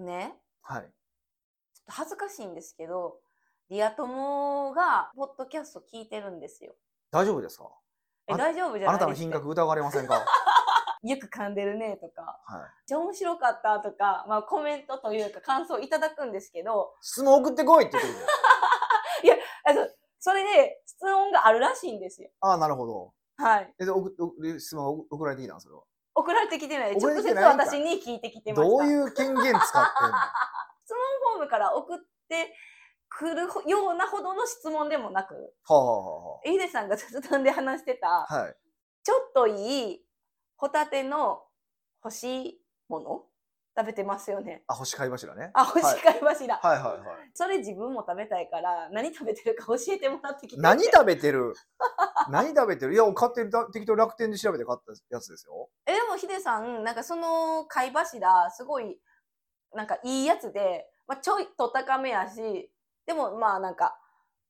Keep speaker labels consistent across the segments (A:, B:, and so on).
A: ね、
B: はい。
A: ちょっと恥ずかしいんですけど、リア友が、ポッドキャスト聞いてるんですよ。
B: 大丈夫ですか
A: え、
B: あ
A: 大丈夫じゃ
B: あ
A: ないですか
B: なたの品格疑われませんかはい。
A: よく噛んでるね、とか。じゃあ面白かったとか、まあコメントというか感想いただくんですけど、
B: 質問送ってこいって言ってくるんで。
A: あのそれで質問があるらしいんですよ。
B: ああ、なるほど。
A: はい。
B: え、で、送送質問送送られてきたんそれは。
A: 送られてきてないで、
B: 送ら
A: 直
B: れて
A: 接
B: きてないんかい
A: 私に聞いてきてました。
B: どういう権限使ってんの
A: 質問フォームから送ってくるほようなほどの質問でもなく、
B: はあ、はあは
A: ヒデさんが雑談で話してた、
B: あ、はい。
A: ちょっといいホタテの欲しいもの食べてますよね。
B: あ、星買い柱ね。
A: あ、欲しい貝柱、
B: はいはいはい。
A: それ自分も食べたいから、何食べてるか教 えてもらってきて。
B: 何食べてる何食べてるいや、買ってる、だ適当に楽天で調べて買ったやつですよ。
A: えでもヒデさんなんかその貝柱すごいなんかいいやつで、まあ、ちょいと高めやしでもまあなんか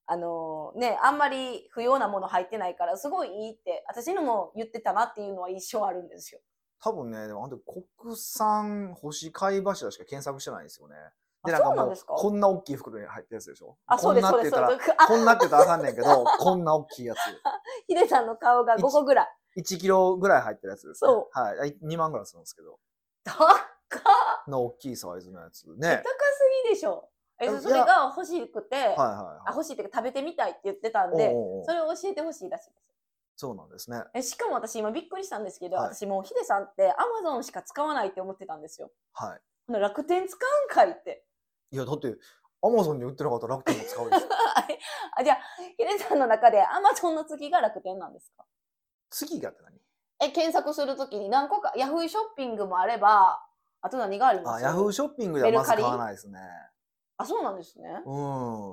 A: あのねあんまり不要なもの入ってないからすごいいいって私のも言ってたなっていうのは印象あるんですよ。
B: 多分ね、でもあの時国産星貝柱しか検索してないんですよね。
A: あそうなんですか
B: こんな大きい袋に入ったやつでしょ
A: あそうです
B: こ
A: そう
B: ん
A: で
B: なって
A: す
B: 言
A: そう
B: ったら、
A: です。あ
B: こんなって言ったらあかんねんけど、こんな大きいやつ。
A: ヒデさんの顔が5個ぐらい。
B: 1キロぐらい入ってるやつです、ね。。
A: そう
B: はい。2万ぐらいするんですけど。
A: 高っ
B: の大きいサイズのやつ。
A: 高
B: ね
A: す。ぎでしょ。え
B: いや
A: それが欲しくて、
B: はいは
A: あ
B: いはい。
A: 欲しいっていうか食べてみたいって言ってたん
B: おう
A: で
B: おうおう
A: それを教えてほしいらしいです。
B: そうなんですね。
A: えしかも私今びっくりしたんですけど、
B: はい
A: 私もうヒデさんってアマゾンしか使わないって思ってたんですよ。
B: は
A: ほな楽天使うんかいって。
B: い。いや、だって、アマゾンに売ってなかったら楽天も使うでしょ。
A: あじゃあヒデさんの中でアマゾンの次が楽天なんですか
B: 次がって何
A: え検索するときに何個かヤフーショッピングもあればあと何がありま
B: あ、
A: す
B: ヤフーショッピングではまず買わないですね。
A: あそうなんですね。
B: う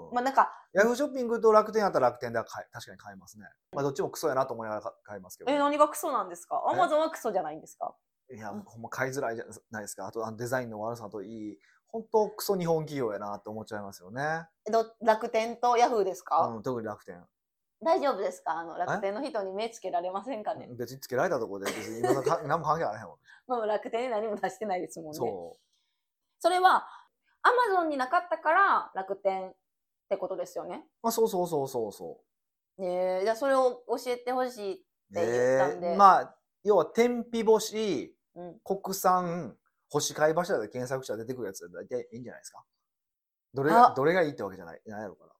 B: ん。
A: まあなんか
B: ヤフーショッピングと楽天やったら楽天では買い確かに買いますね。まあ、どっちもクソやなと思いながら買買いますけど。
A: え何がクソなんですかア
B: え
A: マゾンはクソじゃないんですか
B: いや、ほんま買いづらいじゃないですか。あと、あのデザインの悪さといい、本当クソ日本企業やなって思っちゃいますよね。
A: えど楽天とヤフーですか、
B: うん、特に楽天。
A: 大丈夫ですかあの楽天の人に目つけられませんかね、
B: 別につけられたところで、別に今 のか何も関係あらへんもん。
A: まあ楽天で何も出してないですもんね。
B: そ
A: それは、アマゾンになかったから楽天ってことですよね。
B: う。まあ、そうそうそうそうそ
A: ねえ、じゃあそれを教えてほしい。
B: う。
A: って言ったんで
B: ねえまあ、要は天日干し、
A: うん。
B: 国産、星貝柱で検索したら出てくるやつで大体いいんじゃないですか。どれ
A: あ
B: が、どれがいいってわけじゃない、ないやろうから。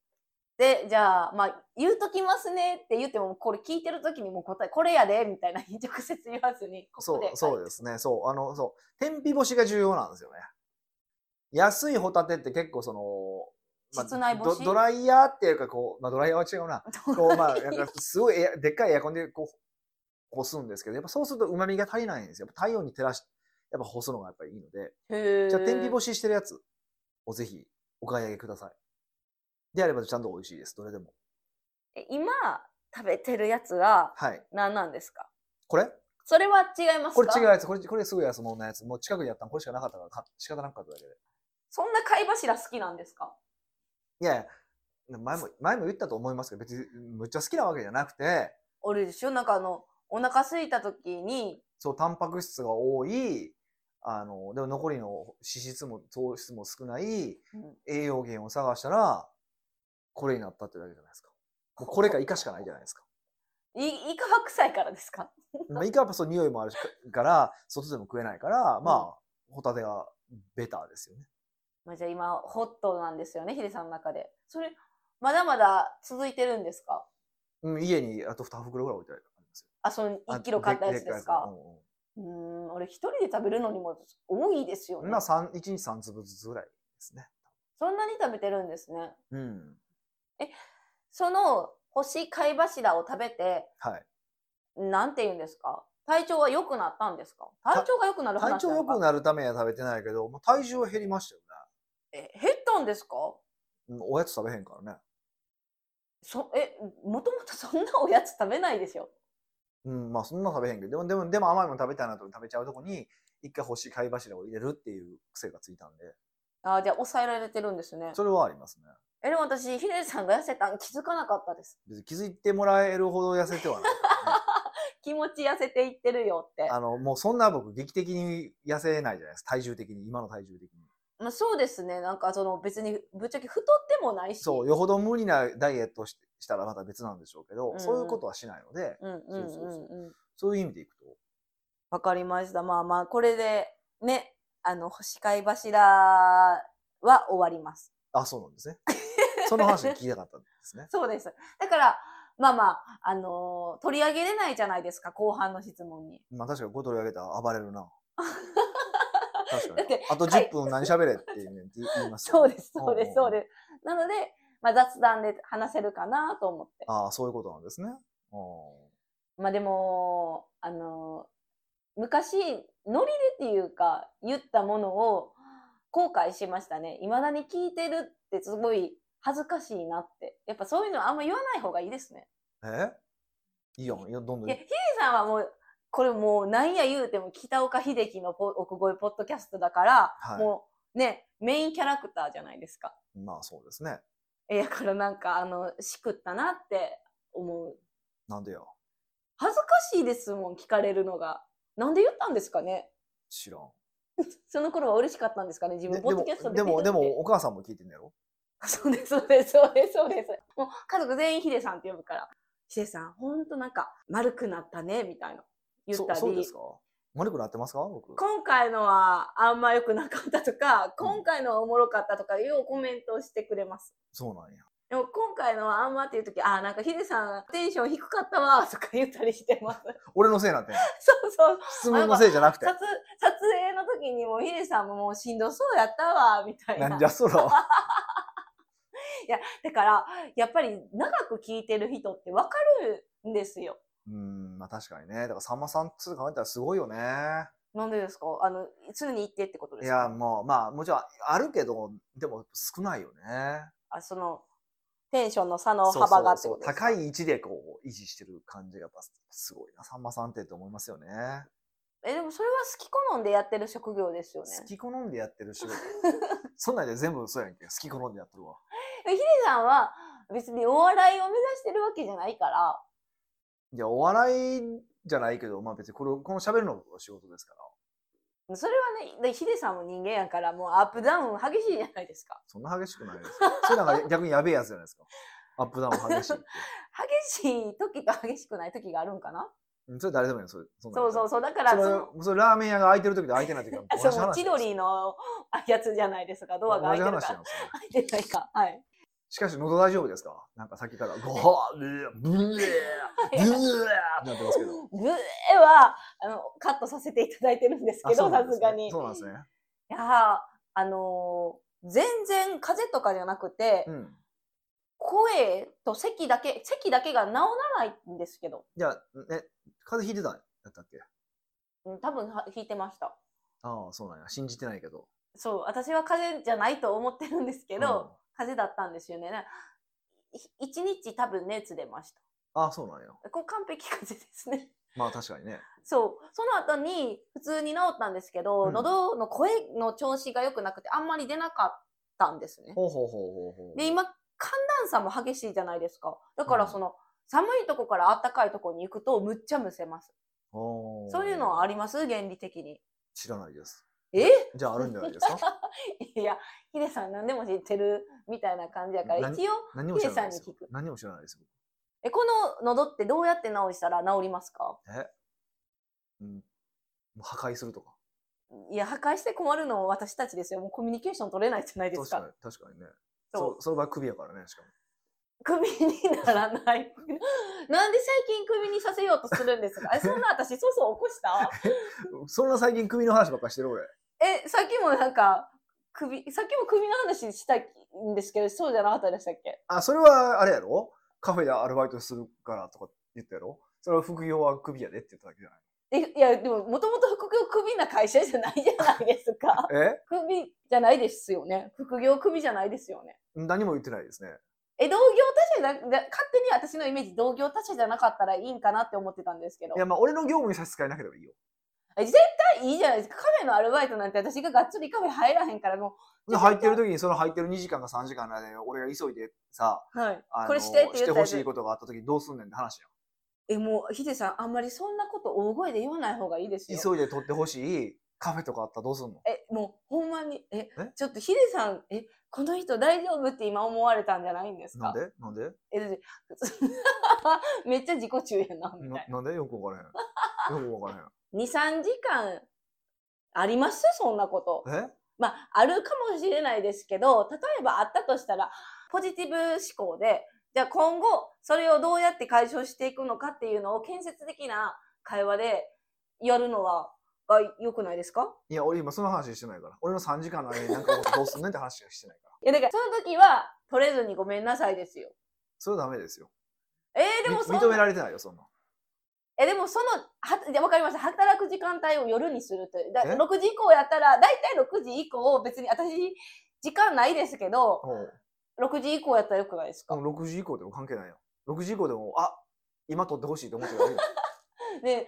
A: で、じゃあ、まあ、言うときますねって言っても、これ聞いてるときにもう答え、これやで、みたいな直接言わずに、こ
B: そ
A: こ
B: う
A: で書いて。
B: そうですね。そう。あの、そう。天日干しが重要なんですよね。安いホタテって結構その、
A: 室内干し
B: ドドライヤーっていうか、こう、まあ、ドライヤーは違うな。 こう、ま
A: ド
B: あ、なん
A: ライヤー
B: かすごいエアでっかいエアコンでこう、干すんですけど、やっぱそうすると旨味が足りないんですよ。やっぱ太陽に照らし、やっぱ干すのがやっぱりいいので。
A: へえ
B: じゃあ天日干ししてるやつをぜひお買い上げください。であればちゃんと美味しいです。どれでも。
A: え今、食べてるやつは
B: はい。
A: 何なんですか
B: これ
A: それは違いますか
B: これ違う。やつ。これ、これすごい安物のやつ。もう近くにあったのこれしかなかったから買っ、仕方なかっただけで。
A: そんな貝柱好きなんですか
B: いやいや、前も、前も言ったと思いますけど、別に、むっちゃ好きなわけじゃなくて、
A: あれでしょなんかあの、お腹空いたときに、
B: そう、タンパク質が多い、あの、でも残りの脂質も糖質も少ない
A: うん
B: 栄養源を探したら、これになったってだけじゃないですか。もうこれかイカしかないじゃない ですか。
A: いイカは臭いからですか
B: まあ、イカはやっぱそう匂いもあるしから、外でも食えないから、まあ、ホタテがベターですよね。
A: まあ、じゃあ今ホットなんですよねヒデさんの中でそれまだまだ続いてるんですか
B: うん、家にあと2袋ぐらい置いてあるんですよ。
A: あその
B: あ
A: 1キロ買ったやつで
B: でっかい
A: すか
B: うんう
A: う
B: ん
A: ーん俺一人で食べるのにも多いですよね
B: まあ、三一日3粒ずつぐらいですね。
A: そんなに食べてるんですね
B: うん。
A: その星貝柱を食べて
B: はい。
A: なんて言うんですか体調は良くなったんですか体調が良くなる話
B: 体
A: な
B: 調
A: の
B: 良
A: か
B: くなるためには食べてないけど、もう体重は減りましたよ
A: え減ったんですか
B: ね。うんおやつ食べへんからね。
A: そえもともとそんなおやつ食べないでしょ
B: うん、まあそんな食べへんけど、でも、でも、でも甘いもの食べたいなと思って食べちゃうとこに、一回干し貝柱を入れるっていう癖がついたんで、
A: あーじゃあ抑えられてるんですね
B: それはありますね。
A: えでも私ヒデさんが痩せたん気づかなかったです
B: 別に気づいてもらえるほど痩せて はないからね、
A: 気持ち痩せていってるよって。
B: あの、もうそんな僕、劇的に痩せないじゃないですか。体重的に、今の体重的に。
A: まあ、そうですね。なんかその別にぶっちゃけ太ってもないし。
B: そう、よほど無理なダイエットをししたらまた別なんでしょうけど、
A: うん
B: そういうことはしないので、
A: うんうんう
B: そうそうん
A: うん。
B: そういう意味でいくと、
A: わかりました。まあまあ、これでね、あの、司会柱は終わります。
B: あ、そうなん ですね。その話聞きたかったんですね。
A: そうです。だから、まあまあ、あのー取り上げれないじゃないですか、後半の質問に。
B: まあ確かに5取り上げたら暴れ るな。確か
A: だっ
B: に。
A: て
B: あと10分何喋れって言うねんって言いますよ
A: そう
B: ね
A: です、そうです、
B: うんう
A: そ
B: ん
A: うです。なので、まあ雑談で話せるかなと思って。
B: ああ、そういうことなんですね。あー
A: まあでも、あのー昔、ノリでっていうか、言ったものを後悔しましたね。未だに聞いてるってすごい恥ずかしいなって。やっぱそういうのあんま言わない方がいいですね。
B: えいいよ、いやどんどん
A: いや、ヒデさんはもう、これもうなんや言うても北岡秀樹のポ奥越えポッドキャストだから、
B: はい
A: もうね、メインキャラクターじゃないですか。
B: まあそうですね。
A: え、だからなんか、あの、しくったなって思う。
B: なんでよ。
A: 恥ずかしいですもん、聞かれるのが。なんで言ったんですかね
B: 知らん。
A: その頃は嬉しかったんですかね自分、
B: でで
A: ポッド
B: も
A: キャスト、
B: で
A: 出て
B: も、で
A: るって
B: も、お母さんも聞いてんのやろ
A: そうです、そうです、そうです、そうです。もう家族全員ヒデさんって呼ぶから。ヒデさん、ほんとなんか、丸くなったね、みたいな。言ったり。
B: そそうですか丸くなってますか僕。
A: 今回のはあんま良くなかったとか、今回のはおもろかったとか、ようコメントをしてくれます。
B: そうなんや。
A: でも今回のはあんまっていう時、ああ、なんかヒデさんテンション低かったわとか言ったりしてます。
B: 俺のせいなんて。
A: そうそう。
B: 質問のせいじゃなくて
A: 撮。撮影の時にもヒデさんももうしんどそうやったわ、みたいな。
B: なんじゃ そら。
A: だから、やっぱり長く聞いてる人ってわかるんですよ。
B: うん、まあ確かにね。だからさんまさんつう考えたらすごいよね。
A: なんでですかあの、常に行ってってことで
B: い
A: すか
B: や、もう、まあもちろんあるけど、でも少ないよね。
A: あその、テンションの差の
B: そう
A: 幅がって
B: そう
A: こ
B: そう
A: とですか
B: 高い位置でこう維持してる感じがやっぱすごいな。さんまさんってって思いますよね。
A: え、でもそれは好き好んでやってる職業ですよね。
B: 好き好んでやってる仕事。そんなんで全部そうやんけ。好き好んでやってるわ。
A: さんは別にお笑いを目指してるわけじゃないから、
B: いや、お笑いじゃないけど、まあ別にこれ、この喋るのが仕事ですから。
A: それはね、でヒデさんも人間やから、もうアップダウン激しいじゃないですか。
B: そんな激しくないです よ。それなんか逆にやべえやつじゃないですか。アップダウン激しいって。
A: 激しい時と激しくない時があるんかな
B: うんそれ誰でもいいよ。それそんな
A: そ
B: の
A: うそうそう、だからそ
B: それ
A: の、
B: それラーメン屋が開いてる時と開いてない時は 同
A: そ
B: じ
A: の
B: 話
A: 千鳥のあやつじゃないですか、ドアが開い
B: 同じ
A: てる
B: 話
A: か
B: な
A: ら。
B: んですよね。
A: 開いてないか。はい。
B: しかし喉大丈夫ですかなんかさっきからごはーブーブーってなってますけど。
A: ブエは、あの、カットさせていただいてるんです
B: あ
A: け
B: そ
A: ど、
B: うな
A: さ
B: んですね
A: がに。い
B: そうなんですね。
A: やーあのー全然風邪とかじゃなくて、
B: うん。
A: 声と咳だけ、咳だけが治らないんですけど。
B: じゃあ、ね、風邪ひいてたんやったっけ
A: うん多分は弾いてました
B: ああ、そうなんや。信じてないけど。
A: そう私は風邪じゃないと思ってるんですけど、風邪だったんですよねなひ一日多分熱出まし
B: うんああ、そうなんや。
A: たこれ完璧風邪ですね
B: まあ確かにね。
A: そうその後に普通に治ったんですけど、
B: うん
A: 喉の声の調子が良くなくてあんまり出なかったんですね
B: ほうほうほうほうほう。
A: で今寒暖差も激しいじゃないですかだか
B: う
A: ら
B: ん
A: その、寒いとこから暖かいとこに行くとむっちゃむせます
B: おー
A: そういうのはあります原理的に
B: 知らないです。
A: え
B: じゃああるんじゃないですか
A: いや、ヒデさん何でも知ってるみたいな感じやから、
B: 何
A: 一応、
B: 何も知らないです
A: ヒデさ
B: よ
A: んに聞く。
B: 何も知らないですよ。
A: えこの喉ってどうやって治したら治りますか
B: うん。もう破壊するとか。
A: いや、破壊して困るのは私たちですよ。もうコミュニケーション取れないじゃないです
B: 確か
A: か。
B: に、確かにね。
A: そ
B: そうう、その場合首やからね、しかも。
A: クビにならない。 なんで最近クビにさせようとするんです かえ、そんな私、そうそう起こした
B: そんな最近首の話ばっかりしてる俺。
A: え、さっきもなんか、首、さっきも首の話したんですけど、そうじゃなかったでしたっけ
B: あ、それはあれやろカフェでアルバイトするからとか言ったやろそれは副業は首やでって言っただけじゃ
A: え、いや、でも、もともと副業クビな会社じゃないじゃないですか。
B: ないえ
A: クビじゃないですよね。副業クビじゃないですよね。
B: 何も言ってないですね。
A: え、同業他社だ、だ勝手に私のイメージ、同業他社じゃなかったらいいんかなって思ってたんですけど
B: い。や、まあ俺の業務に差し支えなければいいよ。
A: え絶対いいじゃないですか。カフェのアルバイトなんて私ががっつりカフェ入らへんからも
B: で入ってる時にその入ってる2時間か3時間の間に俺が急いでさ、
A: う、はい
B: あの
A: これしてって言
B: し
A: ってた
B: ほ
A: や
B: しい
A: つ。
B: ことがあった時どうすんねんって話や
A: え、もう、ヒデさん、あんまりそんなこと大声で言わない方がいいですよ
B: ん。。急いで取ってほしいカフェとかあったらどうすんの
A: え、もうほんまに、え
B: え、
A: ちょっとヒデさん、え、この人大丈夫って今思われたんじゃないんです
B: な
A: か
B: んでなんで
A: え、だってめっちゃ自己中やな、みた
B: ないなんでよくわからへん。よくわか
A: な。2、3時間ありますそんなこと。
B: らへん。え
A: まあ、あるかもしれないですけど、例えばあったとしたら、ポジティブ思考で、じゃあ今後、それをどうやって解消していくのかっていうのを建設的な会話でやるのは、が良くないですか
B: いや、俺今その話してないから。俺の3時間の間になんかこうどうすんねんって話はしてないから。
A: いや、だから、その時は、取れずにごめんなさいですよ。
B: それはダメですよ。
A: えー、で
B: み
A: もそんな
B: 認められてないよ、そんな。
A: えでもそのはじゃわかりました働く時間帯を夜にするというだ
B: え
A: 6時以降やったら大体6時以降別に私時間ないですけど
B: おう
A: 6時以降やったらよくないですか、
B: もう6時以降でも関係ないよ。6時以降でも、あ今撮ってほしいと思ってるわけよ
A: で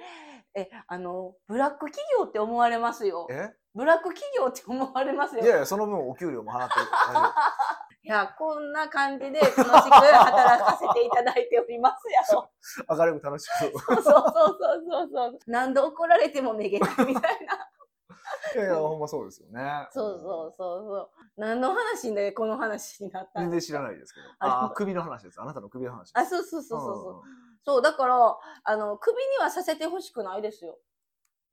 A: えあのブラック企業って思われますよ
B: え
A: ブラック企業って思われますよ
B: いやいや、その分お給料も払ってる大丈
A: いやこんな感じで楽しく働かせていただいておりますやろ
B: 夫。明るく楽しく。
A: そうそうそうそうそう何度怒られてもめげないみたいな
B: いやいや、ほんまそうですよね。
A: そうそうそうそう何の話でこの話になったん
B: 全
A: で
B: 然
A: す
B: 知
A: から
B: ないですけど。
A: あ
B: ああー、首の話です。あなたの首の話です。
A: あそうそうそうそうそう
B: うん
A: そう、だから、あの、首にはさせてほしくないですよ。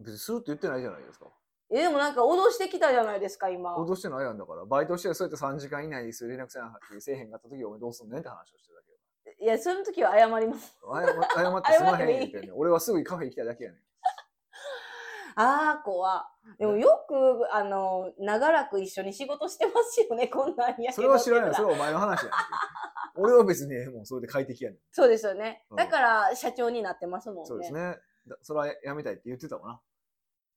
B: 別にするって言ってないじゃないですか。
A: え、でもなんか脅してきたじゃないですか、今。
B: 脅してないやんだから、バイトしてそうやって3時間以内にする連絡せなかったせえへんかった時、お前どうすんねんって話をしてるだけよ。
A: いや、その時は謝ります。
B: 謝謝ってすまへん言うてんねん俺はすぐにカフェ行きたいだけやねん。
A: あーこは。でもよく、あの、長らく一緒に仕事してますよね、 こんなんやけど
B: それは知らないよ。そ
A: って
B: れはお前の話やねん。俺は別にええもうそれで快適やねん。
A: そうですよね
B: う。ん
A: だから、社長になってますもんね。
B: そうですね。だそれはやめたいって言ってたもんな。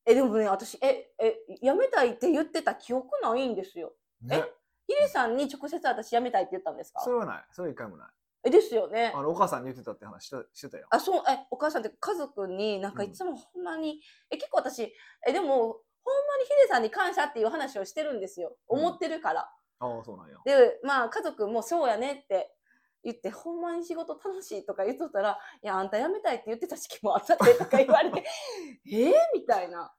A: え、でもね、私、え、え、辞めたいって言ってた記憶ないんですよ。
B: ね、
A: ヒデさんに直接私辞めたいって言ったんですか
B: それはない。それは一回もない。
A: え、ですよね。
B: あの、お母さんに言ってたって話したしてたよ。
A: あそうえお母さんって家族になんか
B: うん
A: いつもほんまに、え結構私えでもほんまにヒデさんに感謝っていう話をしてるんですよ
B: うん
A: 思ってるから、
B: ああ、そうなんや。
A: でまあ家族もそうやねって言ってほんまに仕事楽しいとか言っとったら「いやあんた辞めたいって言ってた時期もあったって」とか言われて 「えー、みたいな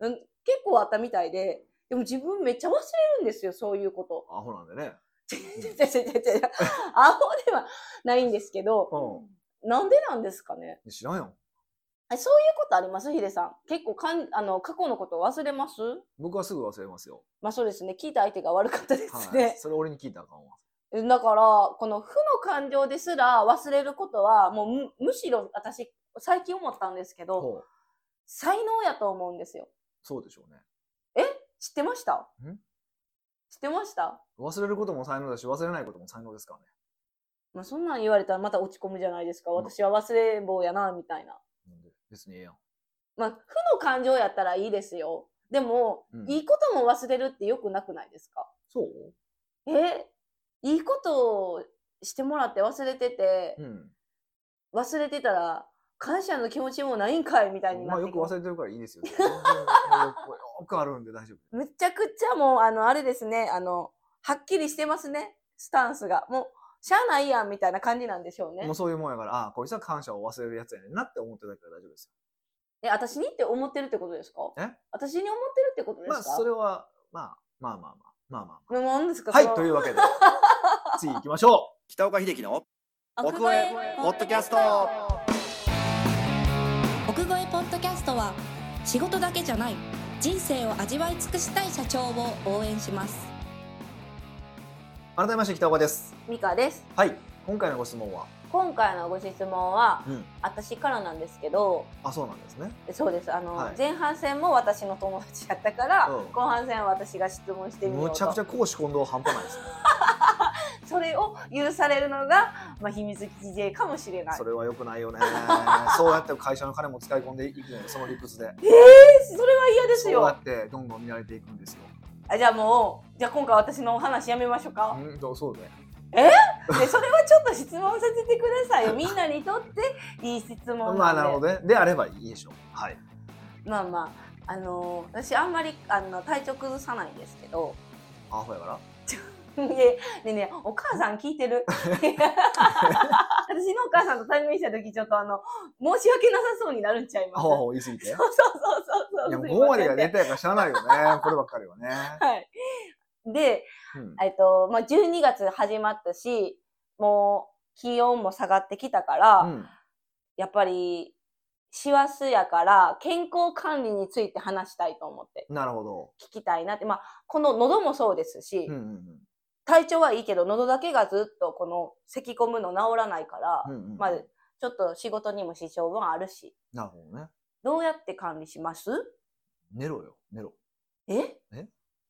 A: うん結構あったみたいででも自分めっちゃ忘れるんですよそういうこと。
B: アホなん でね。
A: 違う違う違う違うアホではないんですけど、なんでなんですかね
B: 知らんよ。
A: えそういうことありますヒデさん。結構かんあの過去のことを忘れます
B: 僕はすぐ忘れますよ。
A: まあそうですね。聞いた相手が悪かったで
B: は
A: す
B: い。
A: ね。
B: それ俺に聞いたらあかんわ。
A: だから、この負の感情ですら忘れることは、もうむむしろ私、最近思ったんですけど、
B: ほう
A: 才能やと思うんですよ。
B: そうでしょうね。
A: 知ってました
B: ん
A: 知ってました
B: 忘れることも才能だし、忘れないことも才能ですからね。
A: まあそんなん言われたらまた落ち込むじゃないですか。
B: ん
A: 私は忘れん坊やな、みたいな。
B: なんで別にええやん。
A: まあ、負の感情やったらいいですよ。でも、
B: うん
A: いいことも忘れるって良くなくないですか
B: そう
A: えいいことをしてもらって忘れてて、
B: うん。
A: 忘れてたら感謝の気持ちもないんかいみたいにな
B: まあ
A: って
B: よ
A: き
B: く
A: ます
B: 忘れてるからいいですよ。 全然よくよくあるんで大丈夫。
A: むちゃくちゃもうあのあれですねあのはっきりしてますねスタンスがもうしゃあないやんみたいな感じなんでしょうね
B: もうそういうもんやから、ああ、こいつは感謝を忘れるやつやねんなって思ってたから大丈夫です
A: え私にって思ってるってことですか
B: え
A: 私に思ってるってこと
B: よ。
A: で
B: まあ
A: すか、
B: それは、まあ、まあまあまあ、まあまあ
A: それ何ですか
B: まあ。
A: そ
B: はい、
A: の
B: というわけ で、次行きましょう。
C: 北岡秀樹の
D: 奥越え
C: ポッドキャスト
D: 奥越えポッドキャストは仕事だけじゃない人生を味わい尽くしたい社長を応援します
B: 改めまして北岡です。
A: ミカです
B: はい、今回のご質問は、
A: 今回のご質問は
B: うん。
A: 私からなんですけど
B: あ、そうなんですね。
A: そうですあの、
B: はい
A: 前半戦も私の友達やったから、
B: うん
A: 後半戦は私が質問してみよう
B: む
A: と
B: ちゃくちゃ公私混同半端ないですね。
A: それを許されるのが、まあ、秘密基地かもしれない
B: それは良くないよ ね。そうやって会社の金も使い込んでいくのよ、その理屈で。
A: えそれは嫌です
B: そうや
A: よ
B: ってどんどん見られていくんですよ。
A: あじゃあもうじゃあ今回私のお話やめましょうか
B: うん、そうそうね。
A: でそれはちょっと質問させてくださいよみんなにとっていい質問
B: まあなるほ
A: ど
B: どね。であればいいでしょう。はい。
A: まあまああのー私あんまりあの体調崩さないんですけど
B: アホやから。
A: いえねえねえお母さん聞いてる私のお母さんと対面した時ちょっとあの申し訳なさそうになるんちゃいま
B: あ
A: す
B: ほうほう言い過ぎて。い
A: そうそうそうそう
B: や、もう
A: すい
B: 5
A: ま
B: 割
A: せ
B: が
A: んね
B: ネタやから知らない よね。こればっかりはね。
A: はいで、
B: うん
A: えっとまあ、12月始まったしもう気温も下がってきたから、
B: うん。
A: やっぱり師走やから健康管理について話したいと思って
B: なるほど。
A: 聞きたいなって、まあ、この喉もそうですし、
B: うんうん
A: 体調はいいけど喉だけがずっとこの咳込むの治らないから、
B: うん。うんうん
A: まあ、ちょっと仕事にも支障はあるし
B: なるほどね。
A: どうやって管理します
B: 寝ろよ、寝ろ。
A: え
B: え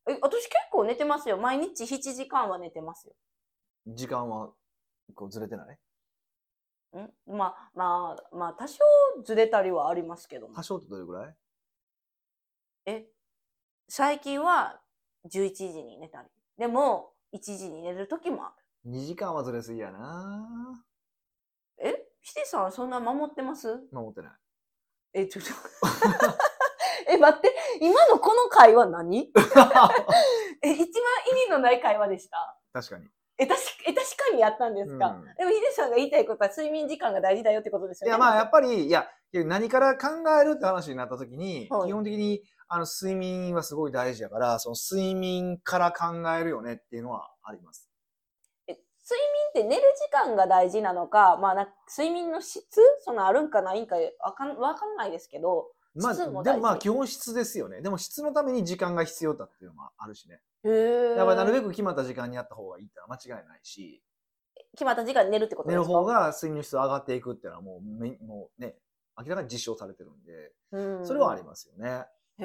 A: え私結構寝てますよ毎日7時間は寝てますよ。
B: 時間は、こうずれてない
A: んまあまあまあ多少ずれたりはありますけども
B: 多少ってどれぐらい
A: え最近は11時に寝たりでも1時に寝る時もあ
B: ?2 時間はずれすぎやな
A: るえシティさんはそんな守ってます
B: 守ってない。
A: えちょっと え待って今のこの会話何え一番意味のない会話でした
B: 確かに。
A: え確かえ確かにやったんですか、
B: うん
A: でもヒデさんが言いたいことは睡眠時間が大事だよってことです
B: い
A: よね
B: や、まあ、やっぱり、いや、何から考えるって話になった時に、
A: はい
B: 基本的に、あの、睡眠はすごい大事やから、その睡眠から考えるよねっていうのはあります。
A: え睡眠って寝る時間が大事なのか,、まあ、なんか睡眠の質そのあるんかないんかわかんわかんないですけど
B: まあ、
A: 質
B: で
A: も
B: も
A: 大事
B: まあ、基本質ですよね。でも質のために時間が必要だっていうのもあるしね。
A: へえ
B: やっぱりなるべく決まった時間にやった方がいいってのは間違いないし、
A: 決まった時間に寝るってこと
B: 寝
A: ですか
B: る方が睡眠の質が上がっていくっていうのはもうめ、もうね、明らかに実証されてるんで、
A: うん
B: それはありますよね。
A: へ
B: う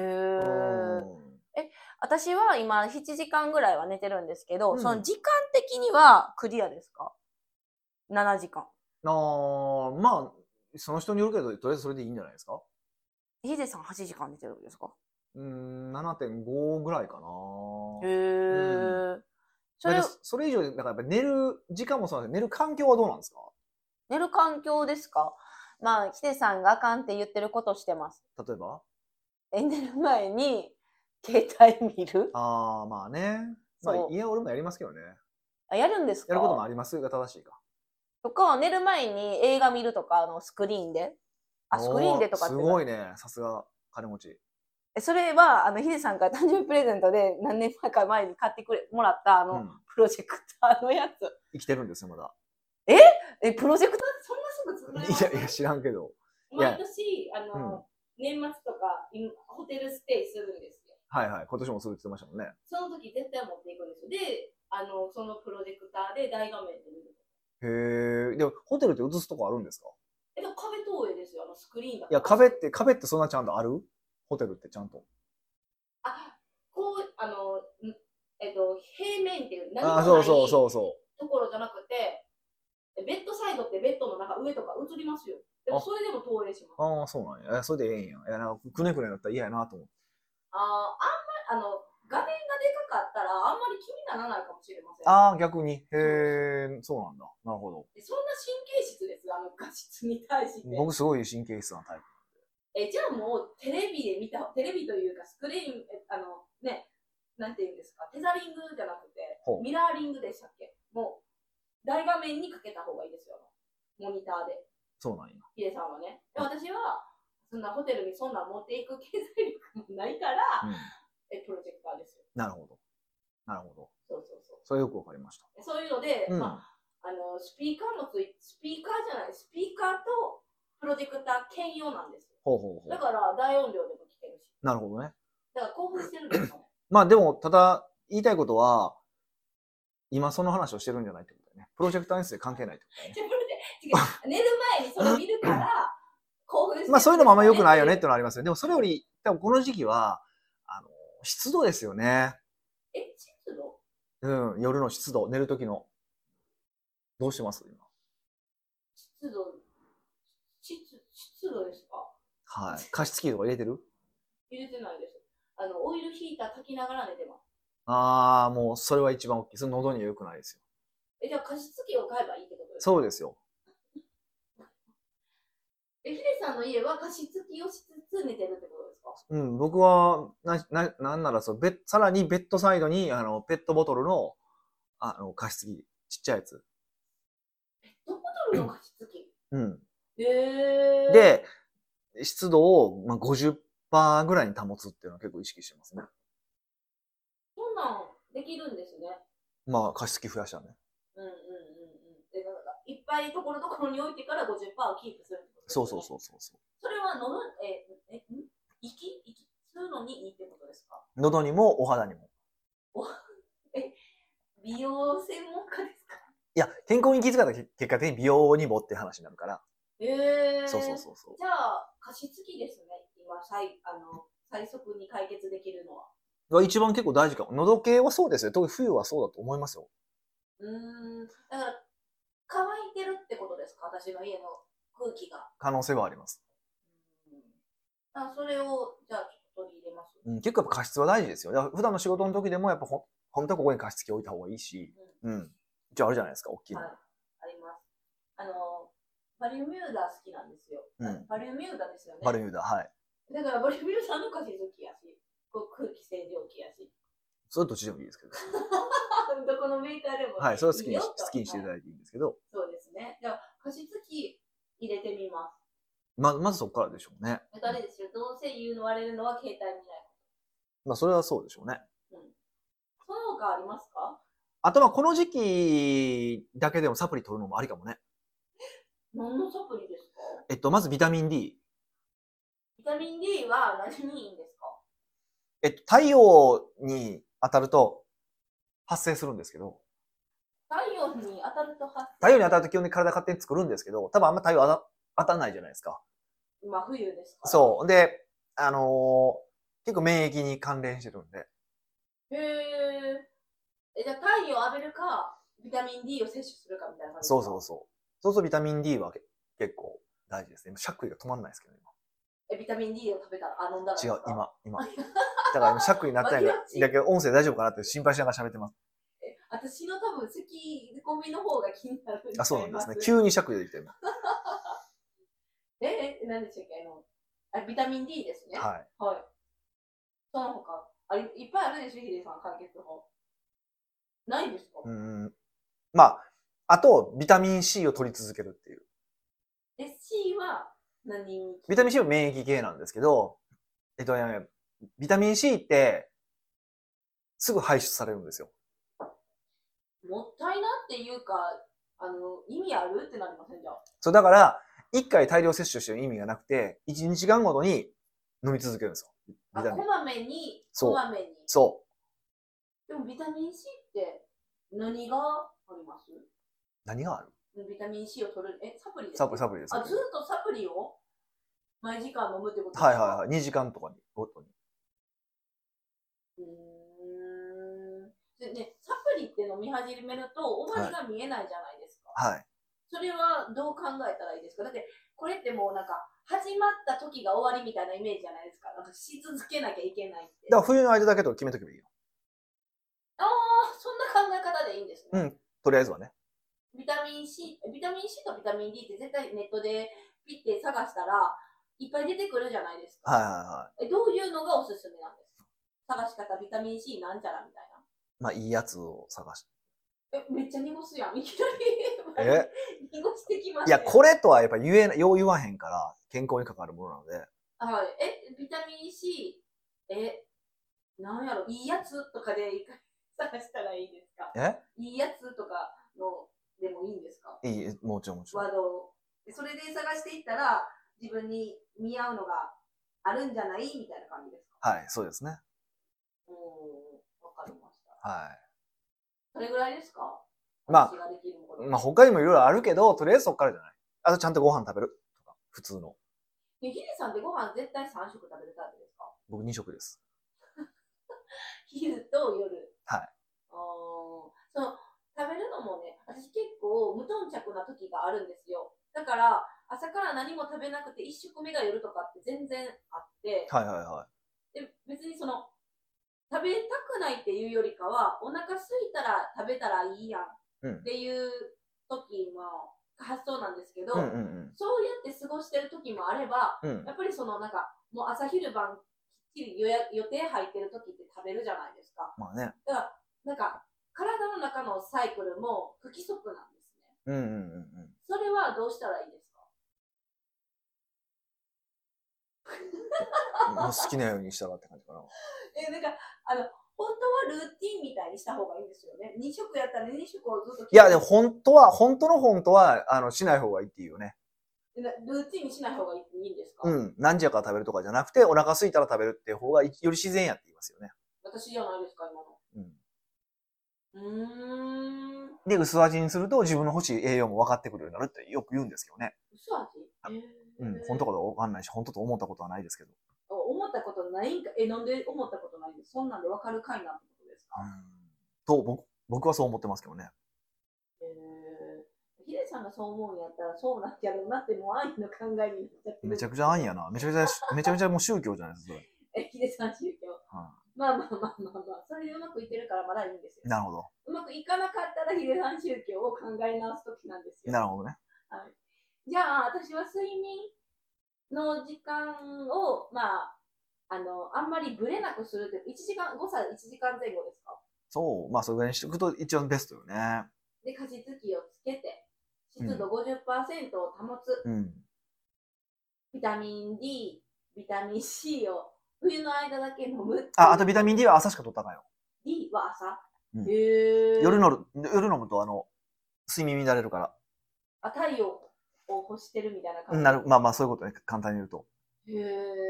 A: え
B: ん
A: 私は今7時間ぐらいは寝てるんですけど、
B: うん
A: その時間的にはクリアですか ?7 時間。
B: あーまあ、その人によるけど、とりあえずそれでいいんじゃないですか
A: ヒデさん8時間寝てるんですか
B: うーん、7.5ぐらいかな。
A: へえ。そ
B: だ
A: れ
B: ってそれ以上で、だからやっぱ寝る時間もそうなんですけど寝る環境はどうなんですか
A: 寝る環境ですかまあヒデさんがあかんって言ってることしてます。
B: 例えば
A: え寝る前に携帯見る
B: ああ、まあね。まあ
A: そ、う
B: いや、俺もやりますけどね。
A: あやるんですか
B: やることもありますが正しいか。
A: とか寝る前に映画見るとかあのスクリーンで。あスクリーンでとかって
B: おーすごいね。さすが、金持ち。
A: えそれはあのヒデさんから誕生日プレゼントで何年前か前に買ってくれもらったあ
B: う
A: の、
B: ん。
A: プロジェクターのやつ。
B: 生きてるんですよ、まだ。
A: え、プロジェクターそんなすぐ作れます
B: いや、いや、知らんけど。いや
A: 毎年、あの、
B: うん
A: 年末とか、今ホテルステイするんですよ。
B: はいはい。今年もするって言ってましたもんね。
A: その時絶対持っていくんですよ。で、あの、そのプロジェクターで大画面で見る。
B: へえ。でも、ホテルって映すとこあるんですか
A: え、でも壁投影ですよ、あのスクリーンだ
B: いや、壁っ。て、壁ってそんなちゃんとあるホテルってちゃんと。
A: あ、こう、あの、んえっと、平面っていう、何もない
B: ああ、そうそうそうそ
A: ところじゃなくて、ベッドサイドってベッドの中上とか映りますよ。でも
B: あ
A: それでも投影します。
B: う。ああ、そうなんや。えそれでええんや。いや、なんか、くねくねだったら嫌やなと思って。
A: あーあんまり、あの、画面がでかかったら、あんまり気にならないかもしれません。
B: ああ、逆に。へえ、そうなんだ。なるほど。
A: でそんな神経質です、あの画質に対して。
B: 僕、すごい神経質なタイプ。
A: えじゃあもう、テレビで見た、テレビというか、スクリーン、えあの、ね、なんていうんですか、テザリングじゃなくて
B: ほ、う
A: ミラーリングでしたっけもう、大画面にかけた方がいいですよ、モニターで。
B: そうなんや。
A: ヒデさんはね。で私は、そんなホテルにそんなん持っていく経済力もないから、
B: うん。
A: えプロジェクターですよ。
B: なるほど。なるほど。
A: そうそうそう。
B: それよくわかりました。
A: そういうので、
B: うん。
A: まあ、あのスピーカーもついスピーカーじゃないスピーカーとプロジェクター兼用なんですよ
B: ほうほうほ
A: だ
B: う。
A: から大音量でも聞けるし
B: なるほどね。
A: だから興奮してるんですよね
B: まあでも、ただ、言いたいことは、今その話をしてるんじゃないってことだよね。プロジェクター演出で関係ないってことだよね。
A: 自分 で違う寝る前にそれ見るから興奮してるんですよね
B: まあそういうのもあんま良くないよねっていうのはありますよね。でもそれより、多分この時期は、あの、湿度ですよね。
A: え湿度
B: うん、夜の湿度、寝る時の。どうしてます今。
A: 湿度湿湿度ですか
B: はい。加湿器とか入れてる
A: 入れてないですあのオイルヒーター炊きながら寝てます
B: ああ、もうそれは一番大きい。その喉には良くないですよ。
A: えじゃあ加湿器を買えばいいってことですか
B: そうですよ。
A: えヒデさんの家は加湿器をしつつ寝てるってことですか
B: うん、僕は、な、な、なんならそう、ベッさらにベッドサイドに、あの、ペットボトルの、あの、加湿器、ちっちゃいやつ。
A: ペットボトンの加湿器。
B: うん。
A: へー、
B: で、湿度をまあ50%ぐらいに保つっていうのは結構意識してますね。
A: そんなんできるんですね。
B: まあ、加湿器増やしたね。
A: うんうんうんうん。で、なんか、いっぱいところどころに置いてから50%をキープするってことですね
B: そうそうそうそうそう。
A: それは飲む、え、え、ん息息吸うのにいいってことですか
B: 喉にもお肌にも。
A: 美容専門家ですか
B: いや、健康に気づかた結果的に美容にもって話になるから。
A: へえー。
B: そうそうそうそう。
A: じゃあ、加湿器ですね。今、最、あの、最速に解決できるのは。
B: が一番結構大事かも。喉系はそうですよ。特に冬はそうだと思いますよ。
A: うーん。だから、乾いてるってことですか私の家の空気が。
B: 可能性はあります。
A: うん。あ、それを、じゃあ、ちょっと取り入れます。
B: うん、結構やっぱ加湿は大事ですよ。だから普段の仕事の時でもやっぱほん本当はここに加湿器置いた方がいいし、うん。一応あるじゃないですか、大きいの。
A: はい、あります。あの、バリュミューダ好きなんですよ。
B: うん
A: バリュミューダですよね。
B: バルミューダ、はい。
A: だからバリュミューダの加湿器やし、こう空気清浄機やし。
B: それどっちでもいいですけど。
A: どこのメーカーでも、
B: はい、それを好きに
A: よ
B: し
A: と
B: 好きにしていた
A: はい
B: だいていいんですけど、
A: そうですね。じゃあ、加湿器入れてみます。
B: ままずそこからでしょうね。
A: で誰ですよ。どうせ言われるのは携帯見ない。
B: まあそれはそうでしょうね。
A: その他ありますか
B: あとはこの時期だけでもサプリ取るのもありかもね。
A: 何のサプリですか
B: えっと、まずビタミン D。
A: ビタミン D は何にいいんですか
B: えっと、太陽に当たると発生するんですけど、
A: 太陽に当たると発
B: 太陽に当たると基本的に体勝手に作るんですけど、多分あんま太陽当た当たんないじゃないですか。
A: 真冬ですから。
B: そう。で、あのー結構免疫に関連してるんで、
A: へえ。え、じゃあ太陽を浴びるか、ビタミン D を摂取するかみたいな感じですか
B: そうそうそう。そうするとビタミン D はけ結構大事ですね。今、しゃっくりが止まんないですけど、
A: え、ビタミン D を食べたら、あ、飲んだらです
B: 今。違
A: か
B: う、。今、今。だから今、しゃっくりになってない から
A: 間違え、ち
B: だけど音声大丈夫かなって心配しながら喋ってます。
A: え私の多分、咳込みの方が気になるちゃいま
B: あ、そうなんですね。急にしゃっくりできてる。
A: え、え何でしたっけあの、あビタミン D ですね。
B: はい。
A: い。はい、その他、あれ、いっぱいあるでしょ、ヒデさん、解決法。ないんですか、
B: うん。まあ、あと、ビタミン C を取り続けるっていう。
A: え、C は何に
B: ビタミン C は免疫系なんですけど、えっとね、ビタミン C って、すぐ排出されるんですよ。
A: もったいなっていうか、あの、意味あるってなりませんじゃあ。
B: そう、だから、一回大量摂取してる意味がなくて、一日間ごとに飲み続けるんですよ。
A: あ
B: ビタミ
A: こ
B: ン。
A: まめに、
B: そう
A: こまめに。
B: そ
A: でもビタミン C って何があります
B: う。何がある
A: ビタミン C を取る、え、サプリです
B: サプ
A: リ。
B: サプリですよ
A: あ、ずっとサプリを毎時間飲むってことですか
B: はいはいはい。2時間とかに、ごとに。
A: うーん。でね、サプリって飲み始めると、終わりが見えないじゃないですか。
B: はい。
A: それはどう考えたらいいですかだって、これってもうなんか、始まった時が終わりみたいなイメージじゃないですか。なんかし続けなきゃいけないって。
B: だから冬の間だけと決めとけばいいよ。
A: ああ、そんな考え方でいいんですね。
B: うんとりあえずはね。
A: ビタミン C、ビタミン C とビタミン D って絶対ネットでピッて探したらいっぱい出てくるじゃないですか。
B: はい
A: え
B: はいは
A: どういうのがおすすめなんですか探し方、ビタミン C なんちゃらみたいな。
B: い。まあ、いいやつを探して。
A: え、めっちゃ濁すやん。いきなり。
B: え
A: 濁してきま
B: い
A: す
B: や、これとはやっぱ言えな、よう言わへんから、健康に関わるものなので。
A: はい。え、ビタミン C、え、なんやろ、いいやつとかで一回探したらいいですか
B: え
A: いいやつとかのでもいいんですか
B: いい、もちろんもちろん
A: ワ。ードをでそれで探していったら自分に見合うのがあるんじゃないみたいな感じですか
B: はい、そうですね。
A: うーんわかりました
B: はい。
A: それぐらいですか
B: まあ
A: 私ができること、
B: まあ、他にもいろいろあるけど、とりあえずそっからじゃない。あとちゃんとご飯食べるとか、普通の。
A: でヒデさんってご飯絶対3食食べるタイプですか
B: 僕2食です。
A: 昼と夜
B: はい
A: あーその食べるのもね私結構無頓着な時があるんですよだから朝から何も食べなくて1食目が夜とかって全然あって
B: はいはいは
A: で別にその食べたくないっていうよりかはお腹空いたら食べたらいいやん
B: い。うん
A: っ。ていう時も発想なんですけど、
B: うんうん
A: そうやって過ごしてる時もあれば
B: うん。うん
A: や。っぱりそのなんかもう朝昼晩きっちり予約予定入ってる時って食べるじゃないですか
B: まあね。
A: だからなんか体の中のサイクルも不規則なんですね
B: うんうんうんうん。
A: それはどうしたらいいですか
B: もう 好きなようにしたらって感じかな。
A: え、なんか、あの、本当はルーティンみたいにした方がいいんですよね。2食やったら2食をずっと
B: いや、でも本当は、本当の本当は、あの、しない方がいいっていうよね。
A: なルーティンにしない方がいいんですか、
B: うん。何時やから食べるとかじゃなくて、お腹空いたら食べるっていう方がいより自然やって言いますよね。
A: 私じゃないですか、今の。
B: うん。
A: うーん。
B: で、薄味にすると自分の欲しい栄養も分かってくるようになるってよく言うんですけどね。
A: 嘘味
B: うん。本当かどうか分かんないし、本当と思ったことはないですけど。
A: あ思ったことないんか、え、なんで思ったことないんですそんなんでわかるかいなってことです
B: う
A: か、
B: ん。と、僕、僕はそう思ってますけどね。
A: えー、ヒデさんがそう思うんやったらそうなんやろうなってもう安易の考えになっちゃってる
B: めちゃくちゃ安易やな。めちゃくちゃし、めちゃくちゃもう宗教じゃないですか、それ。
A: え、ヒデさん宗教。
B: は
A: まあまあまあまあまあ、それでうまくいってるからまだいいんですよ。
B: い。なるほど。
A: うまくいかなかったらヒデさん宗教を考え直すときなんですよ。
B: なるほどね。
A: じゃあ、私は睡眠の時間を、まあ、あの、あんまりブレなくするって、1時間、誤差1時間前後ですか
B: そう。まあ、それぐらいにしておくと一番ベストよね。
A: で、加湿器をつけて、湿度50%を保つ、
B: うん。
A: ビタミン D、ビタミン C を冬の間だけ飲む。
B: あ、あとビタミン
A: D。
B: D は朝しか取ったらあかんよ。
A: D は朝。
B: うん
A: へー
B: 夜の夜飲むと、あの、睡眠乱れるから。
A: あ、太陽を欲してるみたいな感じ。
B: なる、まあまあそういうことね、簡単に言うと。
A: へえ。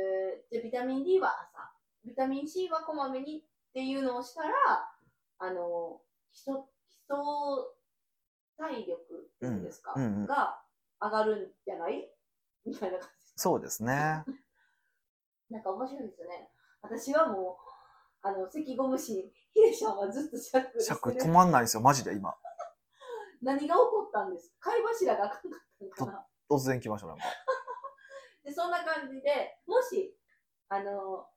A: じゃあビタミン D は朝、ビタミン C はこまめにっていうのをしたら、あの、基礎、基礎体力っていうんですか、
B: うんうん
A: が上がるんじゃないみたいな感じ。
B: そうですね。
A: なんか面白いですね。私はもう、あの、咳込むし、ヒデちゃんはずっとシャックルして
B: 尺止
A: る。
B: まんないですよ、マジで今。
A: 何が起こったんですか貝柱があかんかったのかな
B: 突然来ました、なんか。
A: で、そんな感じで、もし、あの、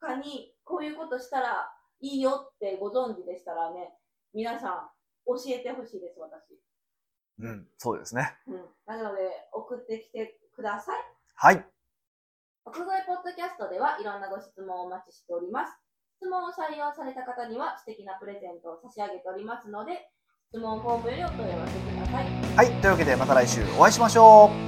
A: 他にこういうことしたらいいよってご存知でしたらね、皆さん教えてほしいです、私。
B: うん、そうですね。
A: うん。なので、送ってきてください。
B: はい。
A: 屋外ポッドキャストではいろんなご質問をお待ちしております。質問を採用された方には素敵なプレゼントを差し上げておりますので、質問フォームよりお問い合わせください。
B: はい、というわけでまた来週お会いしましょう。